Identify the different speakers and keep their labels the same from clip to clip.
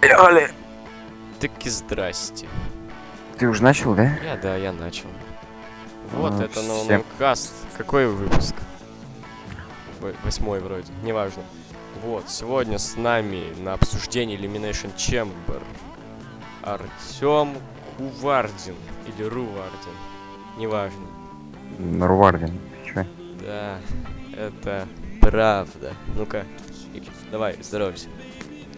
Speaker 1: Поехали!
Speaker 2: Таки здрасте.
Speaker 3: Ты уже начал, да?
Speaker 2: Я, да, я начал. Вот
Speaker 3: А,
Speaker 2: это
Speaker 3: всем-
Speaker 2: NoNoCast. Какой выпуск? Во- Восьмой вроде, неважно. Вот, сегодня с нами на обсуждении Elimination Chamber Артем Кувардин или Рувардин, неважно.
Speaker 3: Нарвардин. Че?
Speaker 2: Да, это правда. Ну-ка, Игорь, давай, здоровайся.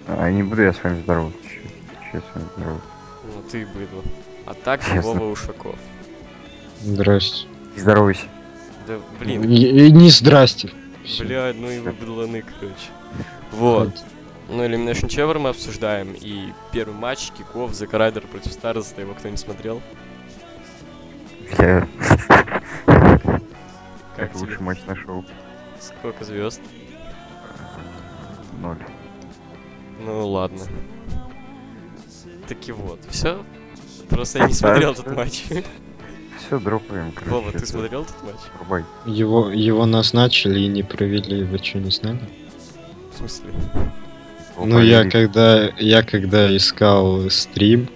Speaker 3: А, не буду я с вами здороваться. Че, че я с вами здороваться?
Speaker 2: Ну ты быдло. А так
Speaker 3: Честно.
Speaker 2: Вова Ушаков.
Speaker 4: Здрасте.
Speaker 3: Не Здоровайся.
Speaker 2: Да
Speaker 4: И,
Speaker 2: блин,
Speaker 4: и не здрасте. Всё.
Speaker 2: Бля, ну и
Speaker 3: Всё. Хм.
Speaker 2: выбланы, короче. Вот. Ну, Elimination Chamber мы обсуждаем. И первый матч, киков, Зак Райдер против Старзеста, его кто не смотрел.
Speaker 3: Я
Speaker 2: Как
Speaker 3: как
Speaker 2: тебе?
Speaker 3: лучший матч нашел.
Speaker 2: Сколько звезд?
Speaker 3: Ноль.
Speaker 2: Ну, ладно. Таки вот, все. Просто я не смотрел
Speaker 3: Да,
Speaker 2: этот матч.
Speaker 3: Все, дропаем, короче.
Speaker 2: Вова, ты
Speaker 3: это-
Speaker 2: смотрел этот матч?
Speaker 3: Врубай.
Speaker 4: Его, его назначили и не провели, вы что, не знали?
Speaker 2: В смысле?
Speaker 4: ну, я
Speaker 3: Врубай.
Speaker 4: когда, я когда искал стрим,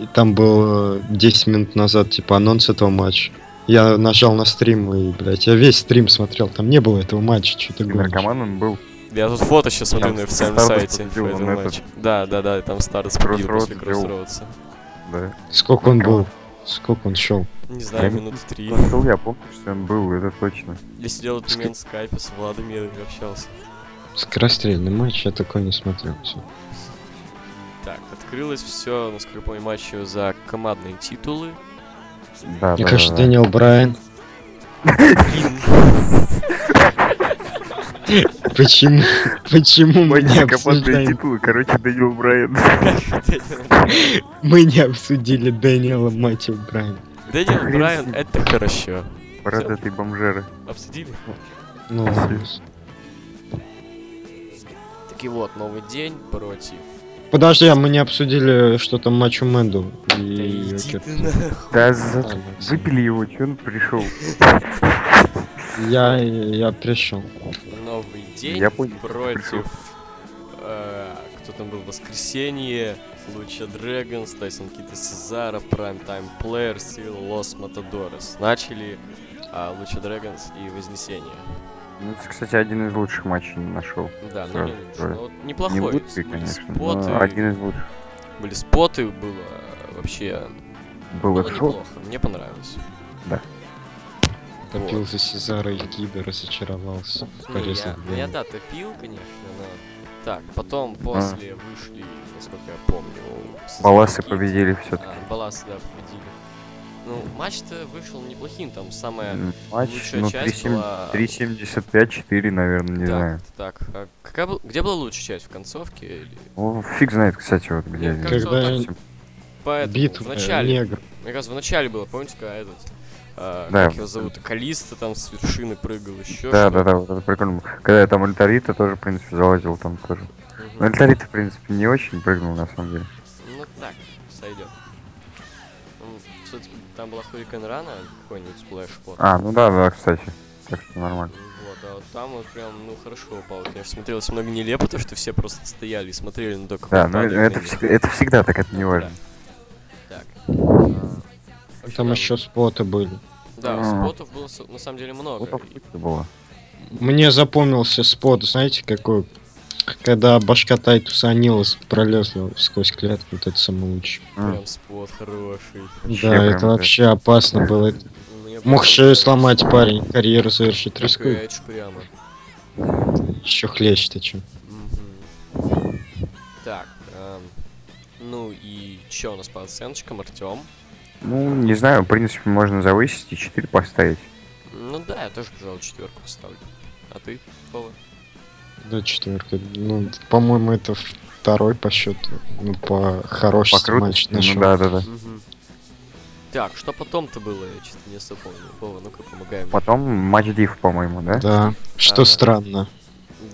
Speaker 4: и там был э, 10 минут назад, типа, анонс этого матча. Я нажал на стрим и, блядь, я весь стрим смотрел, там не было этого матча, что
Speaker 3: Ты
Speaker 4: ты гонишь.
Speaker 3: наркоманом был.
Speaker 2: Я тут фото сейчас смотрю
Speaker 3: Там
Speaker 2: на официальном
Speaker 3: Stardust
Speaker 2: сайте по
Speaker 3: победил, он
Speaker 2: этому
Speaker 3: этот-
Speaker 2: матчу. Да, да, да, там Старс победил
Speaker 3: Crossroads
Speaker 2: после
Speaker 3: сделал.
Speaker 2: Кроссроудса.
Speaker 3: Да.
Speaker 4: Сколько он
Speaker 3: Наркоман.
Speaker 4: был? Сколько он шел?
Speaker 2: Не знаю,
Speaker 3: не-
Speaker 2: минут три.
Speaker 3: Нашел, я помню, что он был, это точно.
Speaker 2: Я сидел этот
Speaker 4: Ск-
Speaker 2: момент в скайпе с Владом и общался.
Speaker 4: Скорострельный матч, я такой не смотрел. всё.
Speaker 2: Так, открылось все, насколько я помню, матчу за командные титулы.
Speaker 3: Да,
Speaker 4: Мне
Speaker 3: да,
Speaker 4: кажется,
Speaker 3: да, да.
Speaker 4: Дэниел Брайан.
Speaker 2: Блин,
Speaker 4: Почему? Почему мы не
Speaker 3: Матч командные
Speaker 4: обсуждаем
Speaker 3: титулы, короче, Дэниел Брайан.
Speaker 2: как это делать?
Speaker 4: Мы не обсудили Дэниела, мать его, Брайан.
Speaker 2: Дэниел
Speaker 3: Хрен с
Speaker 2: Брайан,
Speaker 3: ним.
Speaker 2: это хорошо.
Speaker 3: Брат этой бомжеры.
Speaker 2: Обсудили?
Speaker 4: Ну
Speaker 3: ладно.
Speaker 2: Таки вот, новый день против...
Speaker 4: Подожди, а мы не обсудили, что там Мачо Мэнду.
Speaker 2: Да
Speaker 4: И...
Speaker 2: иди ты
Speaker 4: Кэт-
Speaker 2: нахуй.
Speaker 3: Да, за-
Speaker 4: Ладно,
Speaker 3: выпили его, че он пришел?
Speaker 4: Я, я пришел.
Speaker 2: Новый день
Speaker 3: Я понял. что пришёл.
Speaker 2: против... э, Кто там был? Воскресенье, Луча Дрэгонс, Тайсон Кита Сезара, Прайм Тайм Плеерс и Лос Матадорес. Начали а, Луча Дрэгонс и Вознесение.
Speaker 3: Ну, это, кстати, один из лучших матчей нашел.
Speaker 2: Да, ну
Speaker 3: Сразу
Speaker 2: не лучше.
Speaker 3: говорю.
Speaker 2: но вот
Speaker 3: Не
Speaker 2: неплохой.
Speaker 3: лучший,
Speaker 2: Были
Speaker 3: конечно,
Speaker 2: споты,
Speaker 3: но один из лучших.
Speaker 2: были споты, было э, вообще
Speaker 3: Было
Speaker 2: было
Speaker 3: шоу.
Speaker 2: неплохо, мне понравилось.
Speaker 4: Топил за Сезара и Гида, разочаровался.
Speaker 2: Ну,
Speaker 4: Порезал
Speaker 2: я, ну, я,
Speaker 4: Дэниела.
Speaker 2: да, топил, конечно, но... Так, потом, после вышли, насколько я помню... Сазар
Speaker 3: Баласы
Speaker 2: Кит.
Speaker 3: А. победили
Speaker 2: А,
Speaker 3: все-таки.
Speaker 2: Баласы, да, победили. Ну, матч-то вышел неплохим, там самая...
Speaker 3: Матч,
Speaker 2: Э, лучшая
Speaker 3: ну,
Speaker 2: часть
Speaker 3: 3,7
Speaker 2: была- э,
Speaker 3: 3.75-4, наверное, не
Speaker 2: так,
Speaker 3: знаю.
Speaker 2: так, а какая был- где была лучшая часть, в концовке или...
Speaker 3: О, Ну, фиг знает, кстати, вот где.
Speaker 2: Нет,
Speaker 3: они.
Speaker 2: как-то
Speaker 4: Когда
Speaker 3: Совсем.
Speaker 2: Поэтому,
Speaker 4: Битва
Speaker 2: в
Speaker 4: э,
Speaker 2: начале,
Speaker 4: негр.
Speaker 2: Мне кажется, в начале было, помните, когда этот, э,
Speaker 3: Да.
Speaker 2: как его зовут, Калиста там с вершины прыгал, еще
Speaker 3: Да, да, да, вот это прикольно. было. Когда я там Альтарита тоже, в принципе, залазил там тоже. Но Альтарита, в принципе, не очень прыгнул, на самом деле.
Speaker 2: Ну так, сойдет. Все-таки там была хурикан рана, какой-нибудь сплэш вот.
Speaker 3: А, ну да, да, кстати. Так что нормально.
Speaker 2: Вот, а вот там вот прям, ну хорошо упал. Конечно, смотрелось много нелепо, то, что все просто стояли и смотрели на то, как
Speaker 3: Да,
Speaker 2: он
Speaker 3: ну
Speaker 2: падает
Speaker 3: это,
Speaker 2: на
Speaker 3: всег- это всегда так, это не важно.
Speaker 2: них. Так. А,
Speaker 4: Там еще споты были.
Speaker 2: Да,
Speaker 3: А.
Speaker 2: спотов было со- на самом деле много.
Speaker 3: Вот так Ну, это было.
Speaker 4: Мне запомнился спот, знаете, какой? Когда башка Тайтуса Анилас пролезла сквозь клетку, вот это самое лучшее.
Speaker 2: И
Speaker 3: М,
Speaker 2: Прям спот хороший.
Speaker 3: вообще
Speaker 4: да,
Speaker 3: прям,
Speaker 4: это вообще опасно было. Это
Speaker 2: Мне
Speaker 4: Мог
Speaker 2: прям
Speaker 4: шею
Speaker 2: нравится.
Speaker 4: сломать парень, карьеру завершить
Speaker 2: Как
Speaker 4: рискует.
Speaker 2: Эдж прямо.
Speaker 4: Еще хлещ ты чем.
Speaker 2: Мгм. Так, эм, ну и чё у нас по оценочкам, Артем?
Speaker 3: Ну, не знаю, в принципе, можно завысить и 4 поставить.
Speaker 2: Ну да, я тоже, пожалуй, четверку поставлю. А ты, Вова?
Speaker 4: Да, четверка. Ну, по-моему, это второй по счету. Ну, по
Speaker 3: По
Speaker 4: хорошести матч
Speaker 3: крутости, ну
Speaker 4: нашел.
Speaker 3: да, да, да.
Speaker 2: Так, что потом-то было, я что-то не особо помню. Вова, ну-ка, помогаем.
Speaker 3: Потом матч Див, по-моему, да?
Speaker 4: Да. Что
Speaker 2: Ага.
Speaker 4: странно.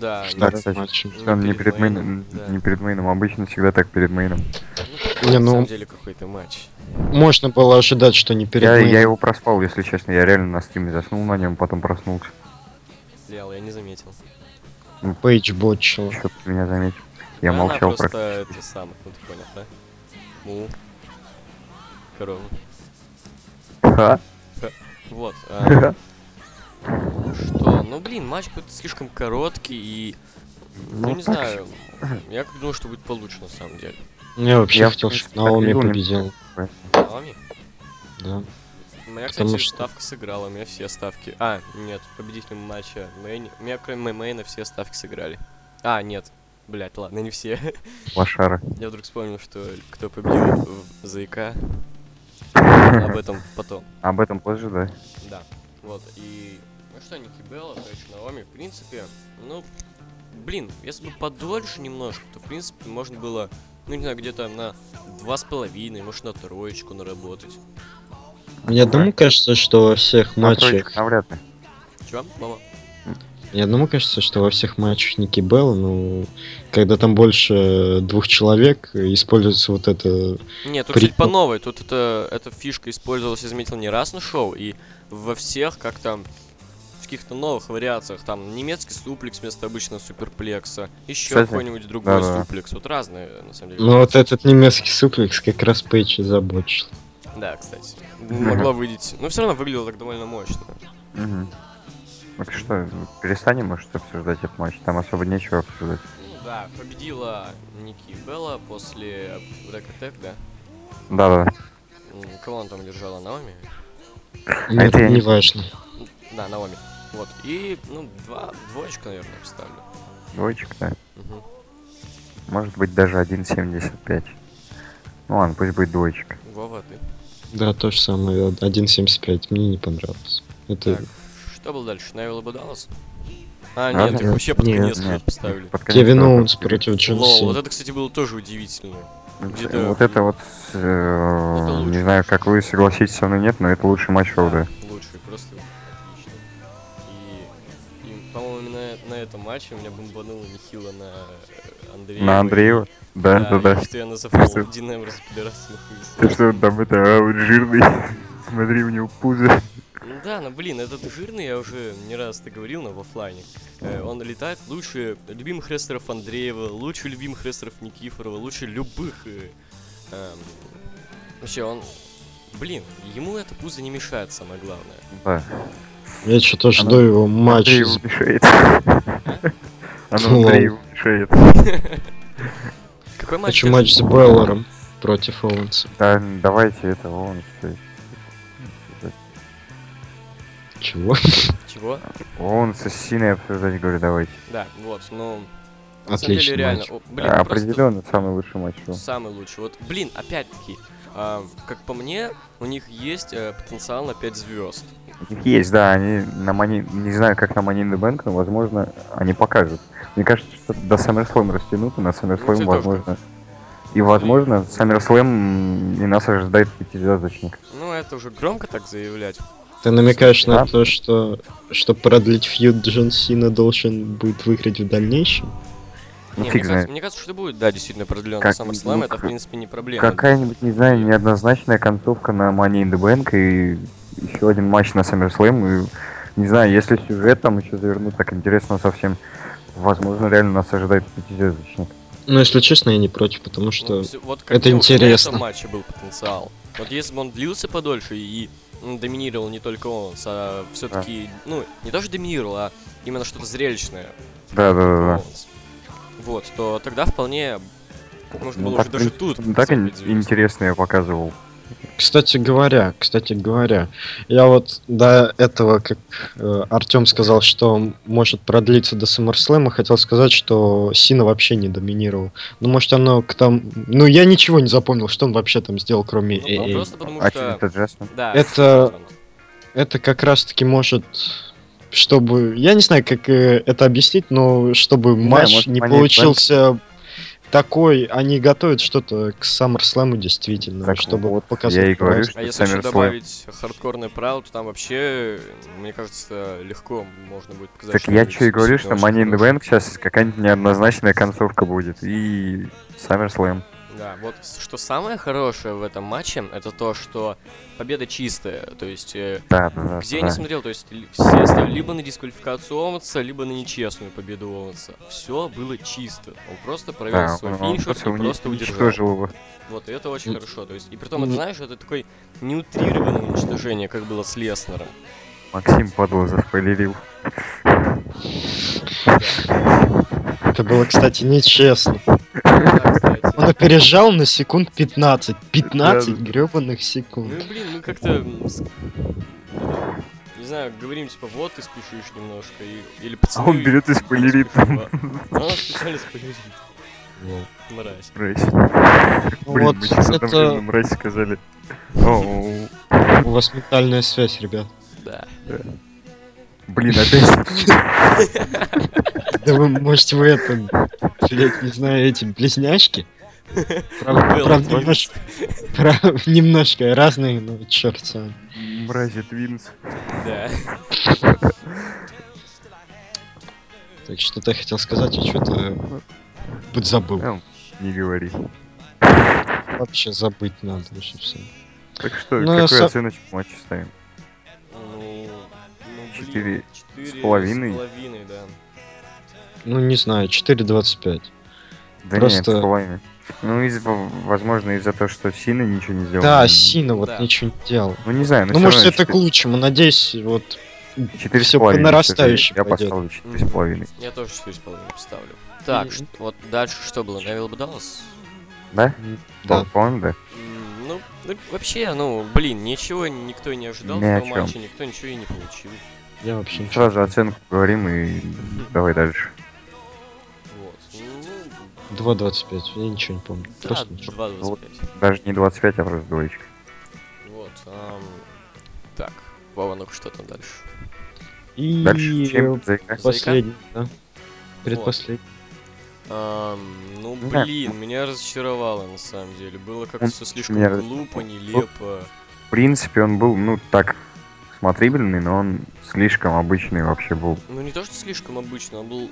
Speaker 2: Да, ну,
Speaker 4: что
Speaker 3: Да,
Speaker 4: этот
Speaker 3: кстати.
Speaker 4: матч.
Speaker 3: Что он не перед мейном,
Speaker 2: да.
Speaker 3: не перед мейном, обычно всегда так перед мейном.
Speaker 2: ну, такой,
Speaker 4: Не,
Speaker 2: на
Speaker 4: ну-
Speaker 2: самом деле какой-то матч.
Speaker 4: Можно было ожидать, что не перед
Speaker 3: Я,
Speaker 4: мейном.
Speaker 3: я его проспал, если честно, я реально на стриме заснул на нем, потом проснулся.
Speaker 2: Лел, я не заметил.
Speaker 4: Пейдж бочил.
Speaker 3: Чтоб ты меня заметил. Я
Speaker 2: Она
Speaker 3: молчал
Speaker 2: просто
Speaker 3: про
Speaker 2: это самое, ну ты понял, да? Ну, корова.
Speaker 3: Ха.
Speaker 2: Вот. а, ну что, ну блин, матч какой-то слишком короткий и, ну,
Speaker 3: Ну,
Speaker 2: не
Speaker 3: так
Speaker 2: знаю, я как думал, что будет получше на самом деле.
Speaker 4: Я вообще
Speaker 3: Я, в
Speaker 4: хотел,
Speaker 3: принципе,
Speaker 4: чтобы Наоми
Speaker 3: так и думал.
Speaker 4: победил.
Speaker 2: Ами?
Speaker 4: Да.
Speaker 2: У меня,
Speaker 4: Потому
Speaker 2: кстати,
Speaker 4: что-
Speaker 2: ставка сыграла, у меня все ставки. А, нет, победителем матча Мэйн. У меня кроме Мэйна все ставки сыграли. А, нет. Блять, ладно, не все.
Speaker 3: Лошара.
Speaker 2: Я вдруг вспомнил, что кто победил в ЗК. Об этом потом.
Speaker 3: Об этом позже, да.
Speaker 2: Да. Вот, и... Ну что, Ники Белла, короче, Наоми, в принципе, ну... Блин, если бы подольше немножко, то, в принципе, можно было, ну, не знаю, где-то на два с половиной, может, на троечку наработать.
Speaker 4: Мне одному кажется, что во всех
Speaker 3: На тройку
Speaker 4: матчах...
Speaker 3: навряд ли.
Speaker 2: Чё, мама?
Speaker 4: Мне одному кажется, что во всех матчах Ники Белл, ну, когда там больше двух человек, используется вот это...
Speaker 2: Нет, тут,
Speaker 4: При-
Speaker 2: кстати, по новой. Тут это, эта фишка использовалась, я заметил, не раз на шоу, и во всех, как там, в каких-то новых вариациях, там, немецкий суплекс вместо обычного суперплекса, еще
Speaker 3: Кстати,
Speaker 2: какой-нибудь другой
Speaker 3: да-да.
Speaker 2: суплекс, вот разные, на самом деле.
Speaker 4: Ну, вот этот немецкий суплекс как раз Пейдж и забочил.
Speaker 2: Да, кстати. Могло выйти. Но все равно выглядело так довольно мощно.
Speaker 3: Мгм. Так что, перестанем, может, обсуждать этот матч? Там особо нечего обсуждать.
Speaker 2: Ну да, победила Ники Белла после Рэкотек, да?
Speaker 3: Да-да.
Speaker 2: М, Кого она там держала? Наоми?
Speaker 4: Но
Speaker 3: А это
Speaker 4: это
Speaker 3: я
Speaker 4: не
Speaker 3: не-
Speaker 4: важно.
Speaker 2: М, Да, Наоми. Вот. И, ну, два, двоечку, наверное, вставлю.
Speaker 3: Двоечек, да.
Speaker 2: Мгм.
Speaker 3: Может быть, даже 1.75. Ну ладно, пусть будет двоечка.
Speaker 2: Вова, ты.
Speaker 4: Да, то же самое. 1.75. Мне не понравилось. Это...
Speaker 2: Так, что было дальше? Невилла бы Даллас? А,
Speaker 3: Да,
Speaker 2: нет, их
Speaker 4: да.
Speaker 2: вообще под
Speaker 4: Нет,
Speaker 2: конец
Speaker 3: нет.
Speaker 2: поставили.
Speaker 3: Под конец
Speaker 4: Кевин
Speaker 3: тоже.
Speaker 4: Оуэнс против Джон
Speaker 2: Лол, вот
Speaker 4: Сина.
Speaker 2: это, кстати, было тоже удивительно. где-то-
Speaker 3: Вот это вот, с, э,
Speaker 2: лучше.
Speaker 3: не знаю, как вы согласитесь со мной, нет, но это лучший матч шоу, да.
Speaker 2: Лучший, просто отлично. И, и, по-моему, именно на, этом матче у меня бомбануло нехило на э, Андреева.
Speaker 3: На Андреева? Да, да, да.
Speaker 2: и Что я называл Динамер с пидорасом
Speaker 3: Ты что там это, а, вот жирный? Смотри, у него пузо.
Speaker 2: Ну да, ну блин, этот жирный, я уже не раз это говорил, но в оффлайне. Э, он летает лучше любимых рестлеров Андреева, лучше любимых рестлеров Никифорова, лучше любых... э, эм, вообще, он... Блин, ему это пузо не мешает, самое главное.
Speaker 3: Да.
Speaker 4: Я что тоже
Speaker 3: Она-
Speaker 4: до его матча...
Speaker 3: Андрееву мешает. Оно
Speaker 4: Лол.
Speaker 3: Андрееву мешает.
Speaker 2: Какой матч?
Speaker 4: Хочу
Speaker 2: ты-
Speaker 4: матч с Беллором против Оуэнса.
Speaker 3: Да, давайте это, он стоит.
Speaker 4: Чего?
Speaker 2: Чего?
Speaker 3: Он со Синой обсуждать, говорю, давайте.
Speaker 2: Да, вот, ну... на самом деле,
Speaker 4: Отличный
Speaker 2: реально,
Speaker 4: матч.
Speaker 2: о, блин,
Speaker 3: А,
Speaker 2: просто
Speaker 3: Определенно самый лучший матч шоу.
Speaker 2: Самый лучший. Вот, блин, опять-таки, а, как по мне, у них есть э, потенциал на 5 звезд.
Speaker 3: У них есть, да, они на мани... Не знаю, как на Money in the Bank, но, возможно, они покажут. Мне кажется, что до SummerSlam растянут, и на SummerSlam,
Speaker 2: Ну, это тоже
Speaker 3: возможно... И, возможно, SummerSlam и нас ожидает пятизвездочник.
Speaker 2: Ну, это уже громко так заявлять.
Speaker 4: Ты намекаешь
Speaker 3: Да.
Speaker 4: на то, что чтобы продлить фьюд Джон Сина должен будет выиграть в дальнейшем?
Speaker 3: Ну,
Speaker 2: Не, мне,
Speaker 3: фиг
Speaker 2: кажется,
Speaker 3: знает.
Speaker 2: мне кажется, что это будет, да, действительно продлен
Speaker 3: Как- ну,
Speaker 2: SummerSlam, это, в
Speaker 3: как-
Speaker 2: принципе, не проблема.
Speaker 3: Какая-нибудь, не знаю, неоднозначная концовка на Money in the Bank и еще один матч на SummerSlam. И, не знаю, если сюжет там еще завернут, так интересно совсем. Возможно, реально нас ожидает пятизвездочник.
Speaker 4: Ну, если честно, я не против, потому
Speaker 2: Ну,
Speaker 4: что...
Speaker 2: всё- вот
Speaker 4: это
Speaker 2: у Кнута
Speaker 4: интересно.
Speaker 2: В этом матче был потенциал. Вот если бы он длился подольше и м, доминировал не только он, а все-таки, ну, не то, что доминировал, а именно что-то зрелищное.
Speaker 3: Да-да-да.
Speaker 2: Owens. Вот, то тогда вполне можно
Speaker 3: Ну,
Speaker 2: было
Speaker 3: так,
Speaker 2: уже
Speaker 3: в
Speaker 2: даже
Speaker 3: принципе,
Speaker 2: тут.
Speaker 3: так ин-
Speaker 2: поставить звезд.
Speaker 3: интересно я показывал.
Speaker 4: Кстати говоря, кстати говоря, я вот до этого, как Артем сказал, что м- может продлиться до SummerSlam, хотел сказать, что Сина вообще не доминировал. Ну, может, оно к там... Ну, я ничего не запомнил, что он вообще там сделал, кроме... Э
Speaker 2: Ну,
Speaker 4: AA.
Speaker 2: просто потому
Speaker 3: а
Speaker 2: что...
Speaker 3: это Джастин?
Speaker 2: Да,
Speaker 4: Это-
Speaker 2: Джон.
Speaker 4: Это как раз-таки может чтобы... Я не знаю, как э, это объяснить, но чтобы
Speaker 3: знаю,
Speaker 4: матч
Speaker 3: может,
Speaker 4: не
Speaker 3: понять,
Speaker 4: получился такой, они готовят что-то к SummerSlam действительно,
Speaker 3: Так
Speaker 4: чтобы
Speaker 3: вот,
Speaker 4: показать.
Speaker 3: Ну, я и говорю,
Speaker 4: разницу.
Speaker 3: что
Speaker 2: А если еще
Speaker 3: SummerSlam.
Speaker 2: добавить хардкорный прауд, то там вообще, мне кажется, легко можно будет показать.
Speaker 3: Так я что и
Speaker 2: что-нибудь
Speaker 3: говорю, что
Speaker 2: действительно
Speaker 3: Money in the
Speaker 2: очень
Speaker 3: Bank сейчас какая-нибудь неоднозначная концовка будет. И SummerSlam.
Speaker 2: хорошее. Да, вот с- что самое хорошее в этом матче, это то, что победа чистая. То есть, э,
Speaker 3: Да, да, да.
Speaker 2: где я
Speaker 3: да.
Speaker 2: не смотрел, то есть ли- все ставили либо на дисквалификацию Омутса, либо на нечестную победу Омутса. Все было чисто. Он просто провел
Speaker 3: Да,
Speaker 2: свой
Speaker 3: А, он
Speaker 2: финишер
Speaker 3: просто
Speaker 2: и
Speaker 3: уни-
Speaker 2: просто удержал.
Speaker 3: уничтожил его.
Speaker 2: Вот, и это очень
Speaker 4: М.
Speaker 2: хорошо. То есть, и притом, это,
Speaker 4: М.
Speaker 2: знаешь, это такое неутрированное уничтожение, как было с Леснером.
Speaker 3: Максим подло заспойлерил.
Speaker 4: Это было, кстати, нечестно.
Speaker 2: Да, кстати.
Speaker 4: Он опережал на секунд 15. 15
Speaker 3: Да.
Speaker 4: гребаных
Speaker 2: Ну
Speaker 4: секунд.
Speaker 2: и, блин, мы как-то, м, с- это, не знаю, говорим, типа, вот ты спешишь немножко, и- или
Speaker 3: А
Speaker 2: пацаны... типа,
Speaker 3: он берет и спойлерит там.
Speaker 2: А он специально спойлерит. Мразь.
Speaker 3: Мразь.
Speaker 4: Ну
Speaker 3: Блин,
Speaker 4: вот,
Speaker 3: мы сейчас это...
Speaker 4: это
Speaker 3: мразь сказали. Оу.
Speaker 4: у вас ментальная связь, ребят.
Speaker 2: Да.
Speaker 3: Блин, опять.
Speaker 4: Да вы, может, вы это, блядь, не знаю, эти близняшки? Правда,
Speaker 2: Белла
Speaker 4: правда,
Speaker 2: Твинс.
Speaker 4: немножко, прав- немножко разные, но черт с вами.
Speaker 3: Мрази Твинс.
Speaker 2: Да.
Speaker 4: Так что ты хотел сказать, а э, я что-то подзабыл.
Speaker 3: Эм, Не говори.
Speaker 4: Вообще забыть надо, лучше всего.
Speaker 3: Так что,
Speaker 4: Ну, я
Speaker 3: какую
Speaker 4: со-
Speaker 3: оценочку матча ставим?
Speaker 2: Ну, ну, блин,
Speaker 3: Четыре
Speaker 2: четыре
Speaker 3: с половиной.
Speaker 2: С половиной, да.
Speaker 4: Ну, не знаю, 4.25.
Speaker 3: Да
Speaker 4: Просто-
Speaker 3: нет, с половиной. Ну, из возможно, из-за того, что Сина ничего не сделал.
Speaker 4: Да, Сина вот
Speaker 2: Да.
Speaker 4: ничего не делал.
Speaker 3: Ну, не знаю, но
Speaker 4: Ну,
Speaker 3: всё
Speaker 4: может,
Speaker 3: равно
Speaker 4: это к лучшему. Надеюсь, вот...
Speaker 3: четыре- четыре с
Speaker 4: всё по
Speaker 3: половиной, всё же.
Speaker 4: нарастающей
Speaker 3: Я
Speaker 4: пойдёт.
Speaker 3: поставлю четыре с половиной.
Speaker 2: Я тоже четыре с половиной поставлю. Так,
Speaker 4: Мгм.
Speaker 2: ш- вот дальше что было? Навил Даллас?
Speaker 3: Да?
Speaker 4: Да.
Speaker 3: По-моему, да.
Speaker 2: М, Ну, ну, вообще, ну, блин, ничего никто и не ожидал
Speaker 3: Ни
Speaker 2: в
Speaker 3: о
Speaker 2: том
Speaker 3: чём.
Speaker 2: матче, никто ничего и не получил.
Speaker 4: Я вообще не
Speaker 3: Сразу оценку говорим и давай дальше.
Speaker 2: Вот. Ну,
Speaker 4: 2.25, я ничего не помню.
Speaker 2: да,
Speaker 4: Просто ничего.
Speaker 2: 2.25.
Speaker 3: Даже не 25, а просто двоечка.
Speaker 2: Вот. ам, так, Вова, ну что там дальше?
Speaker 4: И
Speaker 3: Дальше
Speaker 4: э,
Speaker 3: чем? Заика?
Speaker 4: последний, да? Предпоследний.
Speaker 2: Ам, ну,
Speaker 3: Не знаю.
Speaker 2: блин, меня разочаровало, на самом деле. Было как-то
Speaker 3: Он
Speaker 2: все слишком
Speaker 3: меня раз-
Speaker 2: глупо, нелепо.
Speaker 3: В принципе, он был, ну, так, смотрибельный, но он слишком обычный вообще был.
Speaker 2: Ну, не то, что слишком обычно, он был... ну,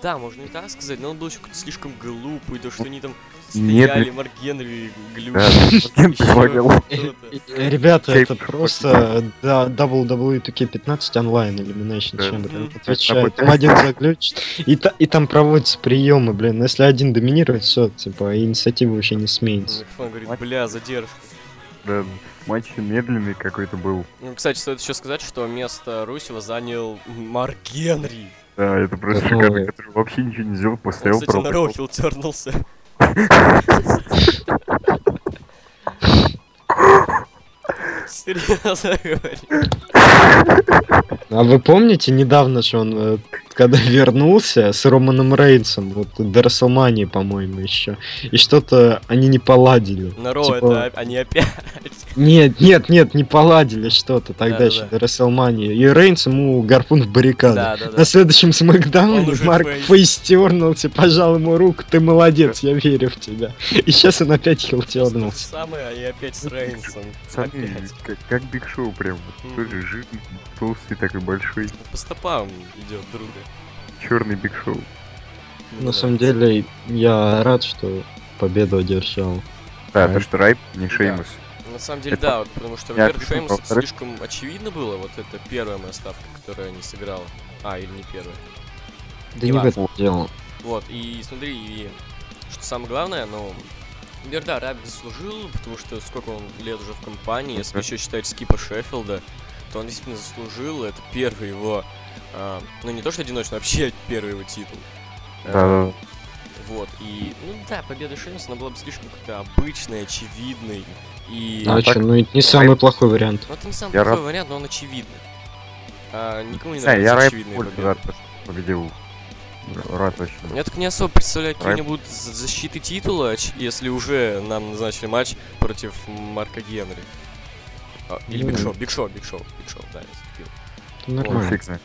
Speaker 2: Да, можно и так сказать, но он был еще как-то слишком глупый, то, что они там
Speaker 3: Нет,
Speaker 2: стояли, Марк Генри, Глюк,
Speaker 3: Да,
Speaker 2: вот
Speaker 3: Ген
Speaker 2: ещё
Speaker 3: предлагал.
Speaker 2: кто-то.
Speaker 4: Э, э, Ребята,
Speaker 3: Кейп
Speaker 4: это просто да, WWE 2K15 онлайн Elimination
Speaker 3: Да.
Speaker 4: Chamber.
Speaker 2: Мгм.
Speaker 4: Отвечаю, там
Speaker 3: Обычно.
Speaker 4: один заключит, и, та- и там проводятся приемы, блин. Если один доминирует, все, типа, инициатива вообще не сменится.
Speaker 2: Микрофон говорит, бля, задержка.
Speaker 3: Да, матч медленный какой-то был.
Speaker 2: Ну, кстати, стоит еще сказать, что место Русева занял Марк Генри.
Speaker 3: Да, это просто
Speaker 4: Это
Speaker 3: шикарно,
Speaker 4: новое.
Speaker 3: который вообще ничего не сделал,
Speaker 2: Он,
Speaker 3: поставил
Speaker 2: кстати, на
Speaker 3: пробку.
Speaker 2: Роухилл тернулся. Серьезно говорю.
Speaker 4: А вы помните недавно, что он, э, когда вернулся с Романом Рейнсом, вот до Расселмании, по-моему, еще, и что-то они не поладили.
Speaker 2: На Роу
Speaker 4: Типа-
Speaker 2: это они опять.
Speaker 4: Нет, нет, нет, не поладили что-то тогда еще
Speaker 2: Да-да-да.
Speaker 4: до Расселмании. И Рейнс ему гарпун в баррикаду.
Speaker 2: Да, да,
Speaker 4: На
Speaker 2: да.
Speaker 4: следующем
Speaker 2: Он
Speaker 4: смакдауне
Speaker 2: уже
Speaker 4: Марк
Speaker 2: фейс.
Speaker 4: фейстернулся, пожал ему руку, ты молодец, я верю в тебя. И сейчас он опять
Speaker 2: То же
Speaker 4: хилтернулся.
Speaker 2: самое, они опять с Рейнсом.
Speaker 3: Пацаны,
Speaker 2: Опять.
Speaker 3: как, как Биг Шоу прям, вот
Speaker 2: Мгм.
Speaker 3: тоже жирный, толстый такой большой,
Speaker 2: По стопам идет друга.
Speaker 3: черный Биг Шоу.
Speaker 4: На самом деле, я рад, что победу одержал.
Speaker 3: Да,
Speaker 4: Да.
Speaker 3: то что Райп, не
Speaker 2: Да.
Speaker 3: Шеймус.
Speaker 2: На самом деле,
Speaker 3: Это
Speaker 2: да, вот потому что, во-первых,
Speaker 3: неожиданно,
Speaker 2: Шеймус это
Speaker 3: во-вторых-
Speaker 2: слишком очевидно было, вот это первая моя ставка, которую я не сыграл. А, или не первая.
Speaker 4: Да не в
Speaker 2: Ладно.
Speaker 4: этом дело.
Speaker 2: Вот, и смотри, и что самое главное, ну, например, да, Рабик заслужил, потому что сколько он лет уже в компании, если
Speaker 3: Мгм.
Speaker 2: еще считать скипа Шеффилда, то он действительно заслужил, это первый его, а, ну не то что одиночный, вообще первый его титул. Э,
Speaker 3: Да,
Speaker 2: Вот, и, ну да, победа Шеймса, она была бы слишком как-то обычной, очевидной, и...
Speaker 4: А
Speaker 3: Ну,
Speaker 4: чё,
Speaker 3: так-
Speaker 4: ну это не самый плохой вариант.
Speaker 2: Ну, это не самый
Speaker 3: Я
Speaker 2: плохой
Speaker 3: рад.
Speaker 2: вариант, но он очевидный. А, никому не
Speaker 3: не знаю, Э, я
Speaker 2: нравится
Speaker 3: Райп
Speaker 2: очевидные
Speaker 3: больше
Speaker 2: победы.
Speaker 3: за то, что победил. Р- Рад очень.
Speaker 2: Я так не особо представляю, какие у
Speaker 3: Райп.
Speaker 2: него будут за- защиты титула, а ч- если уже нам назначили матч против Марка Генри. А, или
Speaker 4: Ну.
Speaker 2: Биг Шоу, Биг Шоу, Биг Шоу, Биг Шоу, да, я забил.
Speaker 4: Это
Speaker 3: Ну,
Speaker 4: Нормально.
Speaker 3: фиг знает.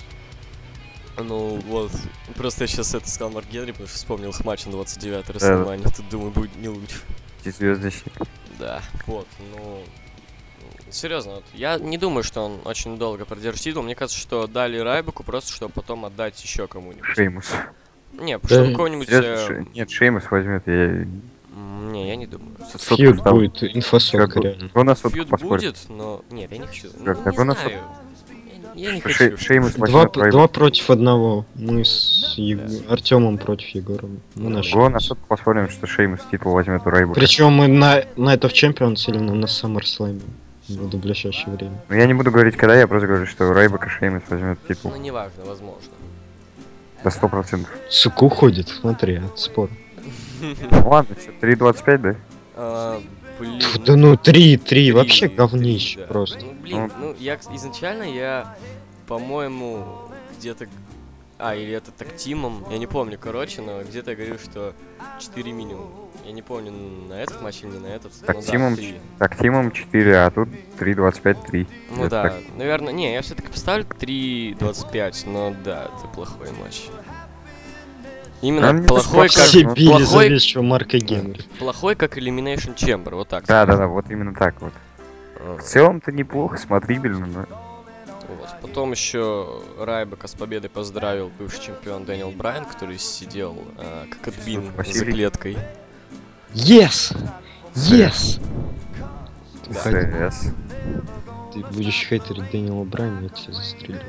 Speaker 2: Ну вот, просто я сейчас это сказал Марк Генри, потому что вспомнил их матч на 29-й
Speaker 3: Да.
Speaker 2: Расселмане. Тут, думаю, будет не лучше.
Speaker 3: Эти звездочки.
Speaker 2: Да, вот, ну... Серьезно, вот, я не думаю, что он очень долго продержит титул. Мне кажется, что дали Райбеку просто, чтобы потом отдать еще кому-нибудь.
Speaker 3: Шеймус.
Speaker 2: Не,
Speaker 4: Да,
Speaker 2: чтобы кого-нибудь...
Speaker 3: Серьезно,
Speaker 2: э,
Speaker 3: Ше- Нет, Шеймус возьмет, я...
Speaker 2: м, Не, Не, я не думаю.
Speaker 3: Сотку
Speaker 4: Фьюд
Speaker 3: сдал.
Speaker 4: будет инфосотка
Speaker 3: Как бы,
Speaker 4: реально.
Speaker 3: Кто на сотку
Speaker 2: Фьюд
Speaker 3: поспорит?
Speaker 2: будет, но... Нет, я не хочу. Ну,
Speaker 3: Как,
Speaker 2: не
Speaker 3: так у нас
Speaker 2: знаю. Я, я
Speaker 3: Шей-
Speaker 2: не хочу. Ну,
Speaker 3: Шеймус
Speaker 4: Два,
Speaker 3: возьмет
Speaker 4: п-
Speaker 3: троих.
Speaker 4: два против одного. Мы с Артемом против Егорова. Мы нашли.
Speaker 3: Го на сотку поспорим, что Шеймус титул возьмет у Рейбука.
Speaker 4: Причем мы на Night of Champions или на, на SummerSlam буду в ближайшее время.
Speaker 3: Но Ну, я не буду говорить, когда, я просто говорю, что у Рейбука Шеймус возьмет титул.
Speaker 2: Ну, неважно, возможно.
Speaker 3: До 100%.
Speaker 4: Сука уходит, смотри, а, спор.
Speaker 3: Ну, Ладно, что, 3.25, да?
Speaker 2: А, блин.
Speaker 4: Тьфу, да ну, три, три,
Speaker 2: Три,
Speaker 4: вообще
Speaker 2: три,
Speaker 4: говнище
Speaker 2: да.
Speaker 4: просто.
Speaker 2: Ну, блин, ну, я к- изначально я, по-моему, где-то... А, или это так Тимом, я не помню, короче, но где-то я говорил, что 4 минимум. Я не помню, на этот матч или не на этот.
Speaker 3: Так
Speaker 2: ну,
Speaker 3: Тимом
Speaker 2: да, три.
Speaker 3: Так, Тимом 4, а тут 3.25, 3.
Speaker 2: Ну да, наверное, не, я все-таки поставлю 3.25, но да, это плохой матч. Именно
Speaker 3: Да, мне тоже
Speaker 2: плохой, как,
Speaker 3: кажется,
Speaker 4: Все
Speaker 3: ну,
Speaker 4: били за
Speaker 2: плохой-
Speaker 4: вещего Марка Генри.
Speaker 2: плохой, как Elimination Chamber, вот так.
Speaker 3: Да, да, да, вот именно так вот.
Speaker 2: А,
Speaker 3: В целом-то неплохо, смотрибельно, но
Speaker 2: вот. Потом еще Райбека с победой поздравил бывший чемпион Дэниел Брайан, который сидел а, как админ за
Speaker 3: Василий.
Speaker 2: клеткой.
Speaker 4: Yes! Yes! Уходи.
Speaker 3: СС.
Speaker 4: Ты будешь хейтерить Дэниела Брайана, я тебя застрелю.